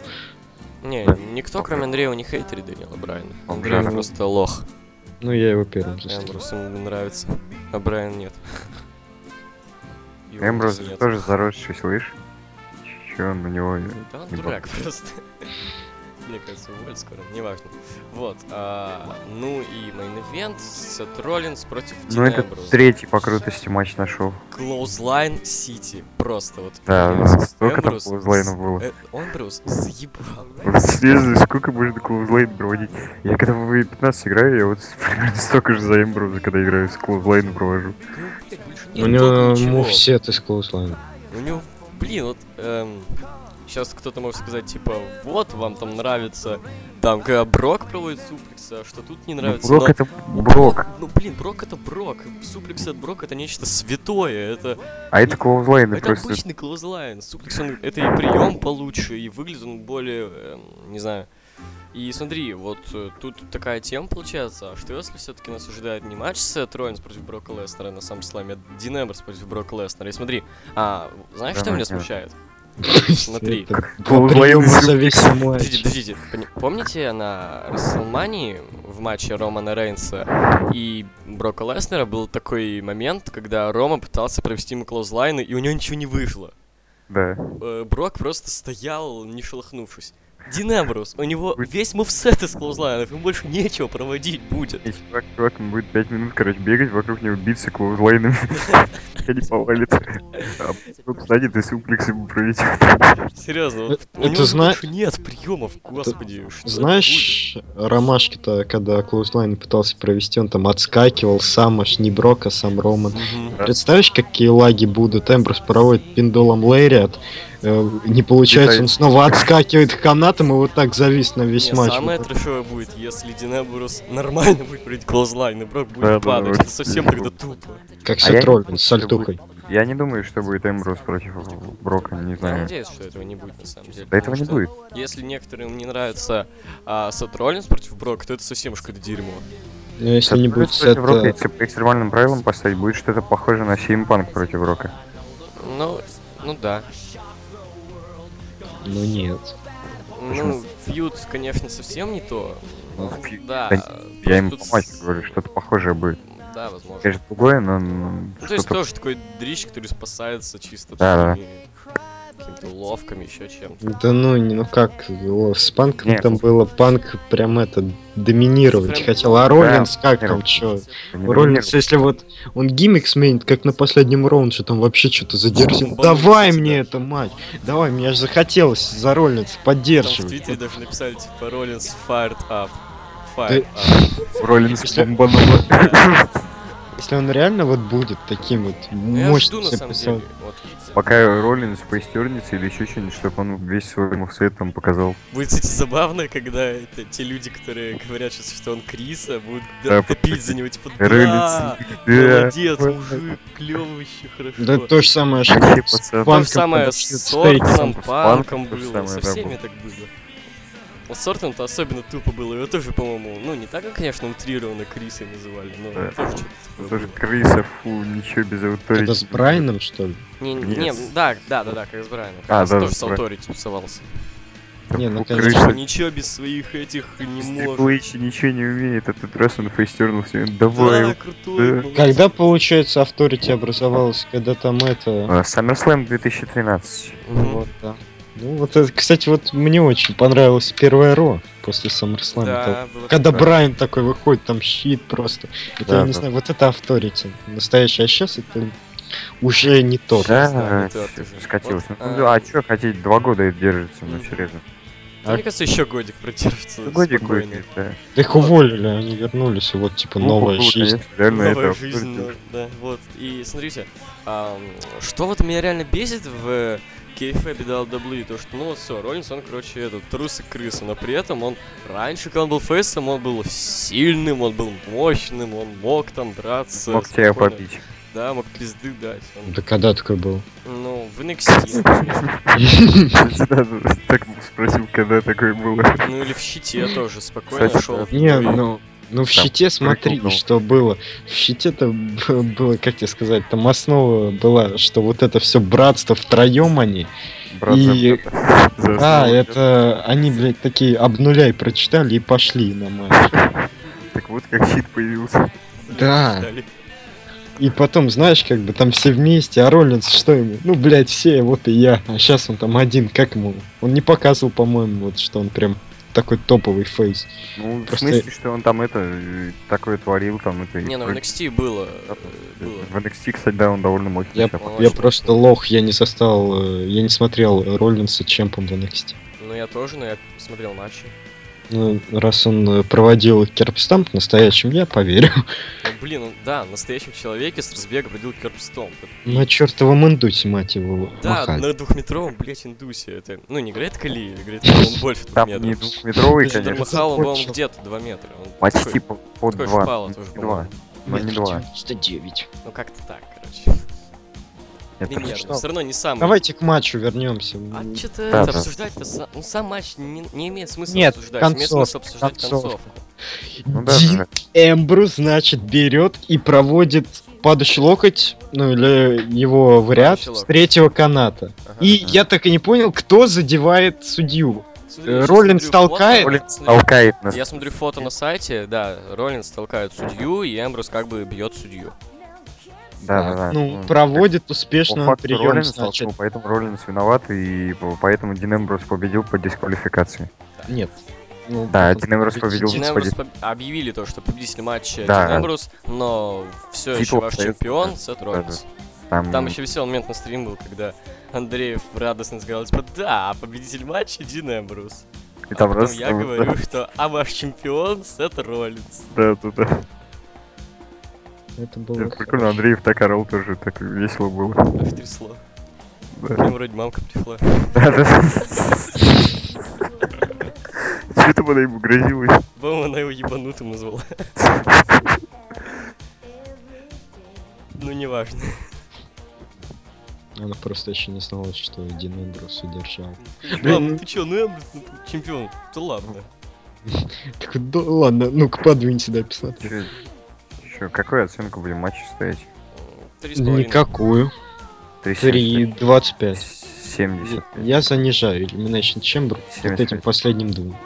Speaker 2: Не,
Speaker 3: Да.
Speaker 2: никто, кроме Андрея, не хейтерит Дэниела Брайана.
Speaker 3: Он
Speaker 2: Андрей
Speaker 3: жарен.
Speaker 2: просто лох.
Speaker 4: Ну, я его первым застрелю.
Speaker 2: Эмбрус ему нравится, а Брайан нет. И он
Speaker 3: Эмброс
Speaker 2: нет.
Speaker 3: тоже заросший, слышь? Че он у него...
Speaker 2: Да он
Speaker 3: Не
Speaker 2: дурак просто. Мне кажется, уволят скоро, неважно. Вот, а, ну и мейн-эвент, Сет Роллинс против
Speaker 3: Ну
Speaker 2: Дина
Speaker 3: это
Speaker 2: Эмброуза.
Speaker 3: третий по крутости матч нашел.
Speaker 2: Клоузлайн Сити, просто вот.
Speaker 3: Да,
Speaker 2: Эмброуз-
Speaker 3: да, столько там
Speaker 2: Эмброуз-
Speaker 3: клоузлайнов было.
Speaker 2: э, Эмброуз заебал.
Speaker 3: Вот Серьезно, сколько можно клоузлайн проводить? Я когда в 15 играю, я вот примерно столько же за Эмброза, когда играю, с клоузлайн провожу.
Speaker 2: Ну, блядь, больше
Speaker 4: У
Speaker 2: нет
Speaker 4: него
Speaker 2: толку ничего.
Speaker 4: мувсет из Клоуслайна.
Speaker 2: У него, блин, вот сейчас кто-то может сказать, типа, вот, вам там нравится, там, когда Брок проводит суплекс, а что тут не
Speaker 3: Ну,
Speaker 2: нравится.
Speaker 3: Брок
Speaker 2: но-
Speaker 3: это Брок,
Speaker 2: Ну блин, Брок это Брок. Суплекс от Брок это нечто святое. Это,
Speaker 3: а это клоузлайн,
Speaker 2: это
Speaker 3: это просто...
Speaker 2: обычный клоузлайн. Суплекс он, это и прием получше, и выглядит он более, эм, не знаю. И смотри, вот э, тут такая тема получается, а что если все-таки нас ожидает не матч Сет Роллинс против Брока Леснера на самом слайме, а Дин Эмберс против Брока Леснера. И смотри, а, знаешь, что
Speaker 3: Давай,
Speaker 2: меня
Speaker 3: давай.
Speaker 2: смущает? Смотри.
Speaker 4: Смотри.
Speaker 3: Клоузлайн из-
Speaker 2: Подождите, подождите. Пони- Помните на Расселмании в матче Романа Рейнса и Брока Леснера был такой момент, когда Рома пытался провести ему клоузлайны, и у него ничего не вышло.
Speaker 3: Да.
Speaker 2: Э, Брок просто стоял, не шелохнувшись. Дин Эмбрус, у него весь мувсет из клоузлайнов, ему больше нечего проводить будет.
Speaker 3: И чувак, чувак, он будет 5 минут, короче, бегать, вокруг него биться клоузлайнами, пока не повалит. А потом встанет и суплекс ему пролетит.
Speaker 2: Серьезно, вот
Speaker 4: Э,
Speaker 2: у него
Speaker 4: ты зна-
Speaker 2: больше нет приемов, господи. что это
Speaker 4: Знаешь, Ромашки-то, когда Клоуслайн пытался провести, он там отскакивал сам, аж не Брок, а сам Роман.
Speaker 2: будет? Мгм.
Speaker 4: Представляешь, какие лаги будут? Эмброс проводит пиндолом Лэри, от, э, не получается, он
Speaker 3: Летает.
Speaker 4: снова отскакивает канатом и вот так завис на весь
Speaker 2: Не,
Speaker 4: матч.
Speaker 2: Самое
Speaker 4: Вот
Speaker 2: трэшовое будет, если Динебурус нормально будет прыгать клоузлайн, и Брок будет
Speaker 3: Да, да,
Speaker 2: падать.
Speaker 3: да,
Speaker 2: Это совсем тогда тупо.
Speaker 4: так, Как
Speaker 3: А я не
Speaker 4: Сет Роллинс
Speaker 3: думаю,
Speaker 4: с
Speaker 3: что
Speaker 4: сальтухой.
Speaker 3: Я не думаю, что будет Эмбрус против Брока, не
Speaker 2: Я
Speaker 3: знаю.
Speaker 2: надеюсь, что этого не будет на самом деле.
Speaker 3: Да этого не
Speaker 2: потому
Speaker 3: будет.
Speaker 2: что Если некоторым не нравится а, Сет Роллинс против Брока, то это совсем уж какое-то дерьмо.
Speaker 4: Но Ну, если не будет
Speaker 3: Эмбрус против Рока,
Speaker 4: Сета...
Speaker 3: если по экстремальным правилам поставить, будет что-то похоже на Симпанк против Рока.
Speaker 2: Ну, ну да.
Speaker 4: Ну нет.
Speaker 2: Ну, фьюд, конечно, совсем не то.
Speaker 3: Ну, фьюд,
Speaker 2: Да.
Speaker 3: Я им
Speaker 2: А, тут
Speaker 3: по матчу
Speaker 2: с-
Speaker 3: говорю, что-то похожее будет.
Speaker 2: Да, возможно.
Speaker 3: Конечно, другое, но м,
Speaker 2: Ну, то есть
Speaker 3: что-то...
Speaker 2: тоже такой дрищ, который спасается чисто
Speaker 3: Да,
Speaker 2: такими какими-то уловками, еще чем-то.
Speaker 4: Да ну, не- ну как, его с панком
Speaker 3: Нет.
Speaker 4: там было, панк прям это, доминировать
Speaker 2: Прям-
Speaker 4: хотел, а Роллинс как там,
Speaker 3: доминировать.
Speaker 4: чё?
Speaker 3: не
Speaker 4: Роллинс, если вот он гиммик сменит, как на последнем раунде, там вообще что-то задержит.
Speaker 2: Бомбанул,
Speaker 4: Давай
Speaker 2: кстати,
Speaker 4: мне
Speaker 2: да.
Speaker 4: это, мать! Давай, мне аж захотелось за Роллинса
Speaker 2: Там в
Speaker 4: поддерживать.
Speaker 2: Твиттере даже написали, типа, Роллинс fired up. Fired
Speaker 4: Да-
Speaker 2: up.
Speaker 3: Роллинс
Speaker 4: если-
Speaker 3: бомбануло.
Speaker 4: Если он реально вот будет таким вот
Speaker 2: Ну, Я жду,
Speaker 4: мощным...
Speaker 2: на
Speaker 4: себе
Speaker 2: самом
Speaker 4: представ-
Speaker 2: деле. Вот.
Speaker 3: Пока Роллинс поистернется или еще что-нибудь, чтобы он весь свой мувсет там показал.
Speaker 2: Будет, кстати, забавно, когда это те люди, которые говорят сейчас, что он Криса, будут
Speaker 3: Да,
Speaker 2: топить за него, типа, да,
Speaker 3: Роллинс. Да.
Speaker 2: молодец, мужик, клёвый еще, хорошо.
Speaker 4: Да то же самое, что
Speaker 3: Вообще,
Speaker 4: с
Speaker 3: пацан.
Speaker 2: То
Speaker 4: панком,
Speaker 2: же самое
Speaker 4: когда
Speaker 2: с
Speaker 4: Стейкисом.
Speaker 2: Соркином, Панком
Speaker 3: то же
Speaker 2: было,
Speaker 3: самое,
Speaker 2: со
Speaker 3: да,
Speaker 2: всеми
Speaker 3: было.
Speaker 2: так было. Вот Сортон-то особенно тупо было. Его тоже, по-моему, ну не так, как, конечно, утрированно Крисой называли, но
Speaker 3: Да.
Speaker 2: тоже что-то такое
Speaker 3: Тоже
Speaker 2: было.
Speaker 3: крыса, фу, ничего без аутори.
Speaker 4: Это с Брайаном, что ли?
Speaker 2: Не, не,
Speaker 3: Нет.
Speaker 2: не, да, да, да, да, как с Брайаном. Как
Speaker 3: А,
Speaker 2: раз
Speaker 3: да,
Speaker 2: тоже
Speaker 3: да,
Speaker 2: с
Speaker 3: Брайан.
Speaker 2: Ауторити тусовался.
Speaker 4: Не, ну,
Speaker 3: Фу,
Speaker 4: конечно,
Speaker 2: Типа,
Speaker 3: крыса.
Speaker 2: ничего без своих этих не может.
Speaker 3: Стриплэйчи ничего не умеет, а тут раз он фейстернулся. Давай.
Speaker 2: Да, крутой.
Speaker 3: Да.
Speaker 2: молодец.
Speaker 4: Когда, получается, авторити образовалась, когда там это...
Speaker 3: А, SummerSlam 2013.
Speaker 2: Мгм.
Speaker 4: Вот, да. Ну, вот это, кстати, вот мне очень понравилось первое Ро после Саммерслама.
Speaker 2: Да, было
Speaker 4: Когда
Speaker 2: такое.
Speaker 4: Брайан такой выходит, там щит просто. Это,
Speaker 3: Да,
Speaker 4: я не
Speaker 3: да.
Speaker 4: знаю, вот это авторити. Настоящее, а сейчас это уже не то.
Speaker 3: Да,
Speaker 2: знаю, это
Speaker 3: всё,
Speaker 2: тоже.
Speaker 3: скатился.
Speaker 2: Вот,
Speaker 3: Ну,
Speaker 2: а-
Speaker 3: а что хотите, два года это держится, ну
Speaker 2: Мгм.
Speaker 3: серьезно.
Speaker 2: Мне кажется, еще годик продержится.
Speaker 3: Годик
Speaker 2: спокойно.
Speaker 3: будет, да.
Speaker 4: Их уволили, они вернулись, и вот, типа,
Speaker 3: Ну,
Speaker 4: новая
Speaker 3: было,
Speaker 4: жизнь.
Speaker 3: конечно, Реально
Speaker 2: Новая
Speaker 3: это.
Speaker 2: жизнь,
Speaker 3: абсурдно.
Speaker 2: ну, да, вот. И смотрите, ам, что вот меня реально бесит в э, кейфе Бедал Даблы, то что, ну вот все, Роллинс, он, короче, этот, трус и крыса, но при этом он раньше, когда он был фейсом, он был сильным, он был мощным, он мог там драться.
Speaker 3: Мог тебя
Speaker 2: спокойно.
Speaker 3: побить.
Speaker 2: Да, мог пизды дать. он-
Speaker 4: Да когда такой был?
Speaker 2: ну, в NXT, например.
Speaker 3: Да, да, Так спросил, когда такое было.
Speaker 2: ну или в щите тоже спокойно
Speaker 3: Кстати,
Speaker 2: шел.
Speaker 3: да.
Speaker 4: Не, ну, ну
Speaker 3: Там
Speaker 4: в щите смотри,
Speaker 3: прикол был.
Speaker 4: что было. В щите-то б- было, как тебе сказать, там основа была, что вот это все братство втроем они.
Speaker 3: Брат
Speaker 4: И-
Speaker 3: за брата. За
Speaker 4: Да,
Speaker 3: основу.
Speaker 4: это они, блядь, такие обнуляй прочитали и пошли на матч.
Speaker 3: Так вот как щит появился.
Speaker 4: да. И потом, знаешь, как бы там все вместе, а Роллинс что ему? Ну, блядь, все, вот и я. А сейчас он там один, как ему? Он не показывал, по-моему, вот что он прям такой топовый фейс.
Speaker 3: Ну, в
Speaker 4: Просто-
Speaker 3: смысле, что он там это э, такое творил, там это. и
Speaker 2: Не, ну в
Speaker 3: вроде-
Speaker 2: NXT было.
Speaker 3: Да,
Speaker 2: э, было.
Speaker 3: В NXT, кстати, да, он довольно мощный.
Speaker 4: Я,
Speaker 3: сейчас.
Speaker 2: по-
Speaker 4: я просто лох, я не состал, э, я не смотрел Роллинса чемпом в NXT.
Speaker 2: Ну я тоже, но я смотрел матчи.
Speaker 4: Ну, раз он э, проводил керпстамп настоящим, я поверю.
Speaker 2: Ну, блин, он, да, в настоящем человеке с разбега бродил керпстом.
Speaker 4: На чертовом индусе, мать его,
Speaker 2: Да, ну,
Speaker 4: махать.
Speaker 2: на двухметровом, блядь, индусе. Это, ну, не играет Кали, играет он больше двух
Speaker 3: Там не
Speaker 2: метров.
Speaker 3: двухметровый,
Speaker 4: Даже
Speaker 3: конечно.
Speaker 2: Махал, он, по-моему,
Speaker 4: Закончил.
Speaker 2: где-то два метра. Он
Speaker 3: Почти
Speaker 2: такой-
Speaker 3: по, по
Speaker 2: такой
Speaker 3: два.
Speaker 2: шпала тоже,
Speaker 3: Два. Но не
Speaker 4: Метр
Speaker 3: два.
Speaker 4: 99.
Speaker 2: Ну, как-то так, короче.
Speaker 3: Это
Speaker 2: Примерно.
Speaker 4: что?
Speaker 2: Все равно не самый.
Speaker 4: Давайте к матчу вернемся.
Speaker 2: А
Speaker 4: М,
Speaker 2: что-то
Speaker 3: Да,
Speaker 2: это
Speaker 3: да.
Speaker 2: обсуждать-то... са- Ну, сам матч не, не имеет смысла
Speaker 4: Нет,
Speaker 2: обсуждать. Имеет
Speaker 4: концовка,
Speaker 2: смысл обсуждать
Speaker 4: концовка.
Speaker 2: концовку.
Speaker 3: Ну да,
Speaker 4: Дин
Speaker 3: да.
Speaker 4: Эмбру, значит, берет и проводит падающий локоть, ну или его вариант,
Speaker 2: Падающий локоть.
Speaker 4: с третьего каната.
Speaker 2: Ага.
Speaker 4: И я так и не понял, кто задевает судью.
Speaker 2: Смотри,
Speaker 4: э,
Speaker 2: я сейчас
Speaker 4: Роллинс
Speaker 2: смотрю
Speaker 4: толкает.
Speaker 2: фото,
Speaker 3: Роллинс
Speaker 2: смотрю-
Speaker 3: толкает нас.
Speaker 2: Я смотрю фото на сайте, да, Роллинс толкает судью, и Эмбрус как бы бьет судью.
Speaker 3: Да, да, да.
Speaker 4: Ну, проводит успешно
Speaker 3: факту
Speaker 4: прием,
Speaker 3: Роллинс
Speaker 4: значит.
Speaker 3: толкнул, поэтому Роллинс виноват, и по- поэтому Дин Эмбрус победил по дисквалификации.
Speaker 4: Нет. Ну,
Speaker 3: Да,
Speaker 4: потом
Speaker 3: Дин Эмбрус победил.
Speaker 2: Дин
Speaker 3: Господи.
Speaker 2: Эмбрус поб- объявили то, что победитель матча
Speaker 3: Да.
Speaker 2: Дин Эмбрус, но все
Speaker 3: Титул
Speaker 2: еще ваш
Speaker 3: остается,
Speaker 2: чемпион
Speaker 3: да.
Speaker 2: Сет Роллинс.
Speaker 3: Там,
Speaker 2: Там еще веселый момент на стриме был, когда Андреев радостно сказал, типа, да, победитель матча Дин Эмбрус.
Speaker 3: и
Speaker 2: А
Speaker 3: там
Speaker 2: потом
Speaker 3: раз-
Speaker 2: я говорю, что а ваш чемпион Сет Роллинс.
Speaker 3: Да, да, да.
Speaker 4: Это было...
Speaker 3: Это Прикольно, Андреев так орал тоже, так весело было.
Speaker 2: Ах, трясло.
Speaker 3: Да.
Speaker 2: К нему вроде мамка пришла.
Speaker 3: Че там она ему грозилась?
Speaker 2: По-моему, она его ебанутым назвала. Ну, неважно.
Speaker 4: Она просто еще не знала, что Дин Эмбрус удержал.
Speaker 2: Мам, ты чё, ну Эмбрус ну, чемпион, да ладно.
Speaker 4: Так, да ладно, ну-ка подвинь сюда, писать.
Speaker 3: Че, какую оценку будем матчу ставить?
Speaker 2: Три с половиной.
Speaker 4: Никакую. 3,25.
Speaker 3: 70.
Speaker 4: Я занижаю Elimination Chamber вот
Speaker 3: 75.
Speaker 4: этим последним думом.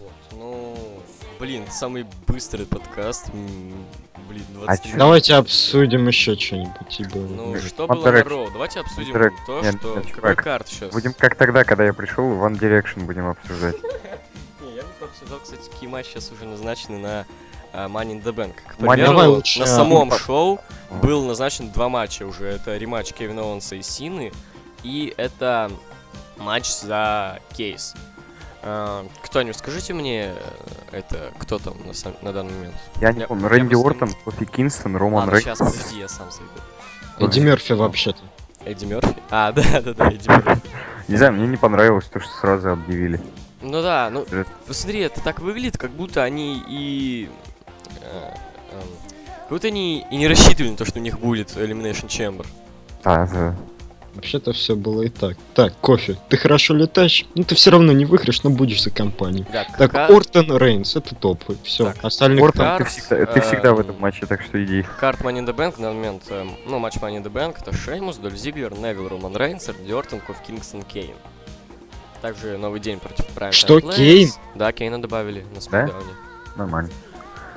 Speaker 2: Вот, ну, блин, самый быстрый подкаст, м, блин, 20
Speaker 3: А чё?
Speaker 2: минут.
Speaker 4: Давайте обсудим еще что-нибудь. ибо-
Speaker 2: Ну,
Speaker 4: ну,
Speaker 2: что
Speaker 3: По
Speaker 2: было на
Speaker 3: трек-
Speaker 2: Raw? Давайте обсудим
Speaker 3: трек-
Speaker 2: то,
Speaker 3: нет,
Speaker 2: что...
Speaker 3: нет,
Speaker 2: Какой
Speaker 3: чувак.
Speaker 2: карт сейчас?
Speaker 3: Будем как тогда, когда я пришел, One Direction будем обсуждать.
Speaker 2: Не, я бы обсуждал, кстати, какие матчи сейчас уже назначены на а, Money in the Bank. К
Speaker 3: Money-
Speaker 2: примеру,
Speaker 4: Давай лучше,
Speaker 2: на
Speaker 4: а,
Speaker 2: самом
Speaker 3: ну,
Speaker 2: шоу был назначен два матча уже. Это рематч Кевина Оуэнса и Сины, и это матч за кейс. А, Кто-нибудь скажите мне, э, это кто там на, сам- на данный момент?
Speaker 3: Я не
Speaker 2: Я-
Speaker 3: помню.
Speaker 2: я
Speaker 3: Рэнди
Speaker 2: просто-
Speaker 3: Уортон, Кофи Кингстон, Роман
Speaker 2: Ладно, сейчас,
Speaker 3: Рейнс.
Speaker 2: подожди, я сам зайду.
Speaker 4: Эдди Мерфи вообще-то.
Speaker 2: Эдди Мерфи? А, да, да, да, Эдди Мерфи.
Speaker 3: Не знаю, мне не понравилось то, что сразу объявили.
Speaker 2: Ну да, ну,
Speaker 3: Жесть.
Speaker 2: посмотри, это так выглядит, как будто они и... э, эм,
Speaker 3: А,
Speaker 2: Как будто они и не рассчитывали на то, что у них будет Elimination Chamber.
Speaker 3: Да, да.
Speaker 4: Вообще-то все было и так. Так, кофе, ты хорошо летаешь, но ты все равно не выиграешь, но будешь за компанию. Так,
Speaker 2: ка-
Speaker 4: Ортон Рейнс, это топ, все.
Speaker 2: Так,
Speaker 4: Остальных
Speaker 3: Портом,
Speaker 2: Карс,
Speaker 3: ты всегда, ты всегда в
Speaker 2: эм,
Speaker 3: этом матче, так что иди.
Speaker 2: Карт Money in the Bank на момент, эм, ну, матч Money in the Bank, это Шеймус, Доль Зиглер, Невил, Роман Рейнс, Эрди Ортон, Коф Кингстон, Кейн. Также новый день против Prime Time
Speaker 4: Что,
Speaker 2: Players.
Speaker 4: Кейн?
Speaker 2: Да, Кейна добавили на Смакдауне.
Speaker 3: Нормально.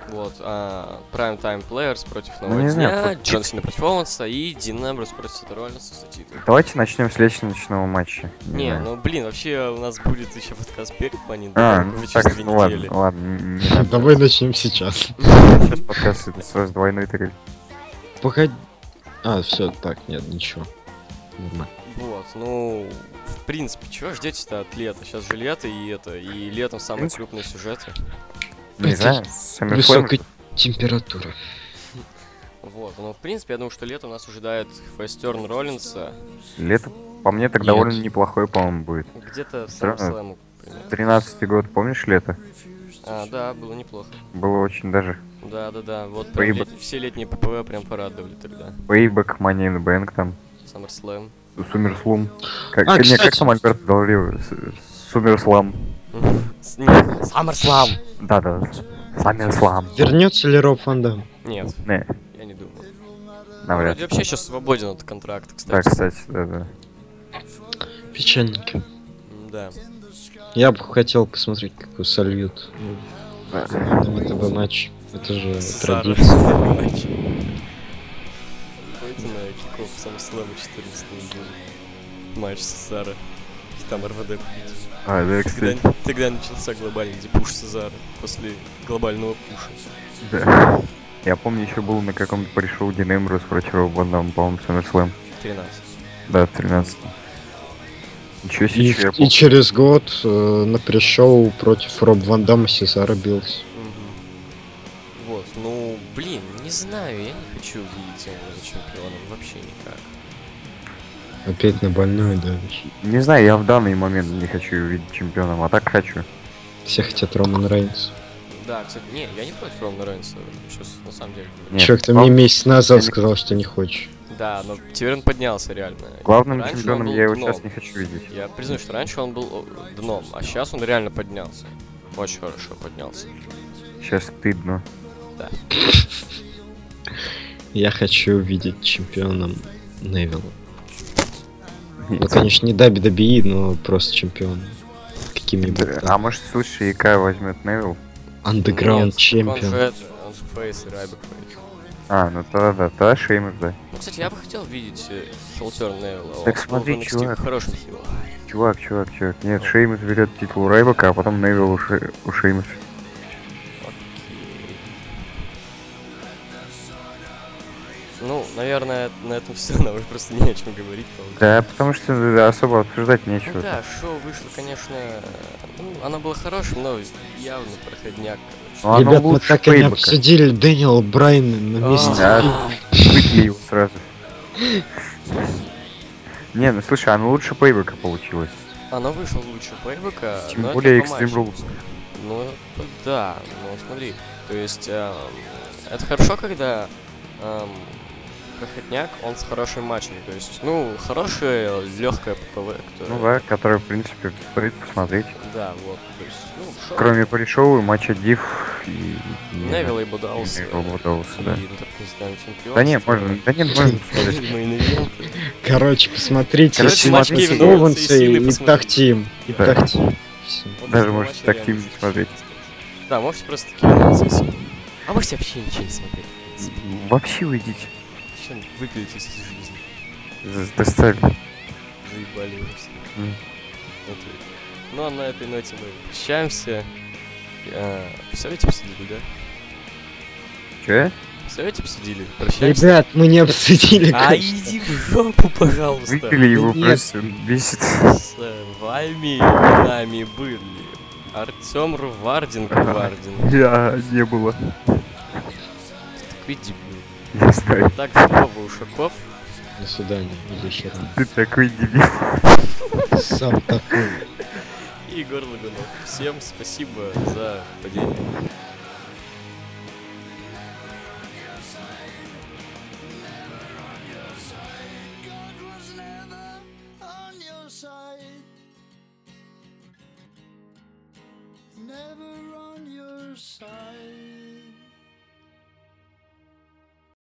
Speaker 2: Вот, а, Prime Time Players против
Speaker 3: Ну,
Speaker 2: Нового
Speaker 3: не знаю,
Speaker 2: Дня,
Speaker 3: против-
Speaker 2: Джон Сина против Оуэнса и Дин Эмбрус против Сета Роллинса за титул.
Speaker 3: Давайте начнем с лестничного матча.
Speaker 2: Не,
Speaker 3: знаю.
Speaker 2: ну блин, вообще у нас будет еще подкаст перед Money in the
Speaker 3: А,
Speaker 2: Bank
Speaker 3: ну
Speaker 2: уже
Speaker 3: так,
Speaker 2: через две
Speaker 3: ну ладно,
Speaker 2: недели.
Speaker 3: ладно. не- не надо.
Speaker 4: Давай начнем сейчас.
Speaker 3: Сейчас подкаст это сразу двойной трель.
Speaker 4: Погоди. А, все, так, нет, ничего. Нормально.
Speaker 2: Вот, ну, в принципе, чего ждете-то от лета? Сейчас же лето и это, и летом самые
Speaker 3: принципе.
Speaker 2: крупные сюжеты.
Speaker 3: Не
Speaker 4: Блин,
Speaker 3: знаю, Саммерслэм.
Speaker 4: Высокая температура.
Speaker 2: Вот, ну, в принципе, я думаю, что летом нас ожидает Фестерн Роллинса.
Speaker 3: Лето, по мне, так
Speaker 4: Нет.
Speaker 3: довольно неплохое, по-моему, будет.
Speaker 2: Где-то в
Speaker 3: Всё равно.
Speaker 2: SummerSlam, примерно.
Speaker 3: 13 год, помнишь лето?
Speaker 2: А, да, было неплохо.
Speaker 3: Было очень даже.
Speaker 2: Да, да, да. Вот прям
Speaker 3: Поебать.
Speaker 2: лет- все летние ППВ прям порадовали тогда.
Speaker 3: Payback, Money in the Bank, там,
Speaker 2: SummerSlam.
Speaker 3: Сумерслум. Как,
Speaker 4: А,
Speaker 3: не, как
Speaker 4: кстати.
Speaker 3: там Альберт говорил? С- Сумерслам.
Speaker 2: С- не- SummerSlam!
Speaker 3: Да-да, Саммерслам.
Speaker 4: Вернется ли Роб Фан Дам?
Speaker 2: Нет,
Speaker 3: Не,
Speaker 2: я не думаю.
Speaker 3: навряд
Speaker 2: Вроде
Speaker 3: ли.
Speaker 2: вообще сейчас свободен от контракта,
Speaker 3: Да,
Speaker 2: кстати.
Speaker 3: кстати, да-да.
Speaker 4: Печальненько.
Speaker 2: Да.
Speaker 4: Я бы хотел посмотреть, как его сольют. Там это бы матч. Это же традиция.
Speaker 2: Пойдите на киков SummerSlam 14 июня. Матч Сесара. И там РВД победил.
Speaker 3: А, да,
Speaker 2: Тогда,
Speaker 3: кстати,
Speaker 2: тогда начался глобальный депуш Сезара после глобального пуша.
Speaker 3: да. Я помню, еще был на каком-то пришел Дин Эмбрус против Роба Ван Дамма, по-моему, Саммерслэм.
Speaker 2: 13.
Speaker 3: Да, 13 Ничего себе,
Speaker 4: И,
Speaker 3: я
Speaker 4: и
Speaker 3: помню.
Speaker 4: через год э, на пришел против Роб Ван Дамма Сезара бился.
Speaker 2: Мгм. Вот, ну, блин, не знаю, я не хочу видеть его за чемпионом вообще никак.
Speaker 4: Опять на больную да.
Speaker 3: Не знаю, я в данный момент не хочу его видеть чемпионом, а так хочу.
Speaker 4: Все хотят Роман Рейнс.
Speaker 2: Да, кстати, не, я не против Романа Рейнса, сейчас на самом деле.
Speaker 3: Нет,
Speaker 4: Чувак, ты
Speaker 3: глав-
Speaker 4: мне месяц назад
Speaker 3: Я-
Speaker 4: сказал, что не хочешь.
Speaker 2: Да, но теперь он поднялся реально.
Speaker 3: Главным
Speaker 2: Раньше он
Speaker 3: чемпионом
Speaker 2: был
Speaker 3: я его
Speaker 2: дном.
Speaker 3: сейчас не хочу видеть.
Speaker 2: Я признаю, что раньше он был э, дном, а сейчас он реально поднялся. Очень хорошо поднялся.
Speaker 3: Сейчас стыдно.
Speaker 4: Я хочу видеть чемпионом Невилла. Ну,
Speaker 3: Да.
Speaker 4: конечно, не WWE, но просто чемпион. Каким-нибудь
Speaker 3: А
Speaker 4: там.
Speaker 3: может, слушай, ИК возьмет Невил?
Speaker 4: Underground
Speaker 2: Нет, Он же,
Speaker 4: чемпион.
Speaker 2: это, он же фейс и Райбек
Speaker 3: А, ну тогда да, тогда Шеймер, да.
Speaker 2: Ну, кстати, я бы хотел видеть Хилтер Невилла.
Speaker 3: Так
Speaker 2: Он
Speaker 3: смотри,
Speaker 2: был в NXT
Speaker 3: чувак.
Speaker 2: хорошим хилом.
Speaker 3: Чувак, чувак, чувак. Нет, Шеймус берет титул Райбака, а потом Невил у, Ше- у Шеймуса.
Speaker 2: Окей. Ну, наверное, на этом все, нам уже просто не о чем говорить. по-моему.
Speaker 3: Да, потому что э, особо обсуждать нечего.
Speaker 2: Ну да, шоу вышло, конечно, э, ну, оно было хорошим, но явно проходняк, короче.
Speaker 3: Ну, оно
Speaker 4: Ребят, мы
Speaker 3: лучше
Speaker 4: так и не
Speaker 3: Пейбека.
Speaker 4: обсудили Дэниела Брайна на месте.
Speaker 3: Да. Выкли его сразу. Не, ну слушай, оно лучше Пейбека получилось.
Speaker 2: Оно вышло лучше Пейбека,
Speaker 3: Тем
Speaker 2: но это
Speaker 3: более
Speaker 2: по
Speaker 3: Extreme
Speaker 2: матчам.
Speaker 3: Rules.
Speaker 2: Ну, да, ну смотри, то есть эм, это хорошо, когда эм, проходняк, он с хорошим матчем, то есть, ну, хорошее, легкое ППВ, которое...
Speaker 3: Ну да, которое, в принципе, стоит посмотреть.
Speaker 2: Да, вот, то есть, ну, шоу
Speaker 3: Кроме пришел и матча Див и... и-
Speaker 2: Невилла и
Speaker 3: и
Speaker 2: Бадаус.
Speaker 3: Невилла Бадаус, да.
Speaker 2: чемпион.
Speaker 3: Да не, можно, да нет, можно посмотреть.
Speaker 4: Короче, посмотрите,
Speaker 3: Короче,
Speaker 4: если
Speaker 3: матч
Speaker 4: смотрите
Speaker 3: Кевина
Speaker 2: Оуэнса и
Speaker 4: Оуэнса
Speaker 2: Сины
Speaker 4: и
Speaker 2: посмотрите.
Speaker 4: Тахтим. И
Speaker 3: Да.
Speaker 4: Тахтим. Всё.
Speaker 3: Даже можете так фильм не смотреть.
Speaker 2: Да, можете просто кинуться. А можете вообще ничего не смотреть.
Speaker 3: Вообще уйдите.
Speaker 2: Зачем выключить из жизни?
Speaker 3: З- Достали.
Speaker 2: Заебали его все.
Speaker 3: М.
Speaker 2: Вот и- Ну а на этой ноте мы прощаемся. Э, Посовети обсудили, да?
Speaker 3: Че?
Speaker 2: Посовети обсудили. Прощаемся.
Speaker 4: Ребят, мы не обсудили,
Speaker 2: А
Speaker 4: конечно.
Speaker 2: иди в жопу, пожалуйста.
Speaker 3: Выпили его
Speaker 4: Нет.
Speaker 3: просто бесит.
Speaker 2: С э, вами и нами были Артем Рварденко Вардин.
Speaker 3: Я не было.
Speaker 2: Так ведь дебил.
Speaker 3: Я знаю.
Speaker 2: Так, Вова Ушаков.
Speaker 4: До свидания. Или еще там.
Speaker 3: Ты такой дебил.
Speaker 4: Сам такой.
Speaker 2: и Егор Лагунов. Всем спасибо за падение.
Speaker 1: never on your side.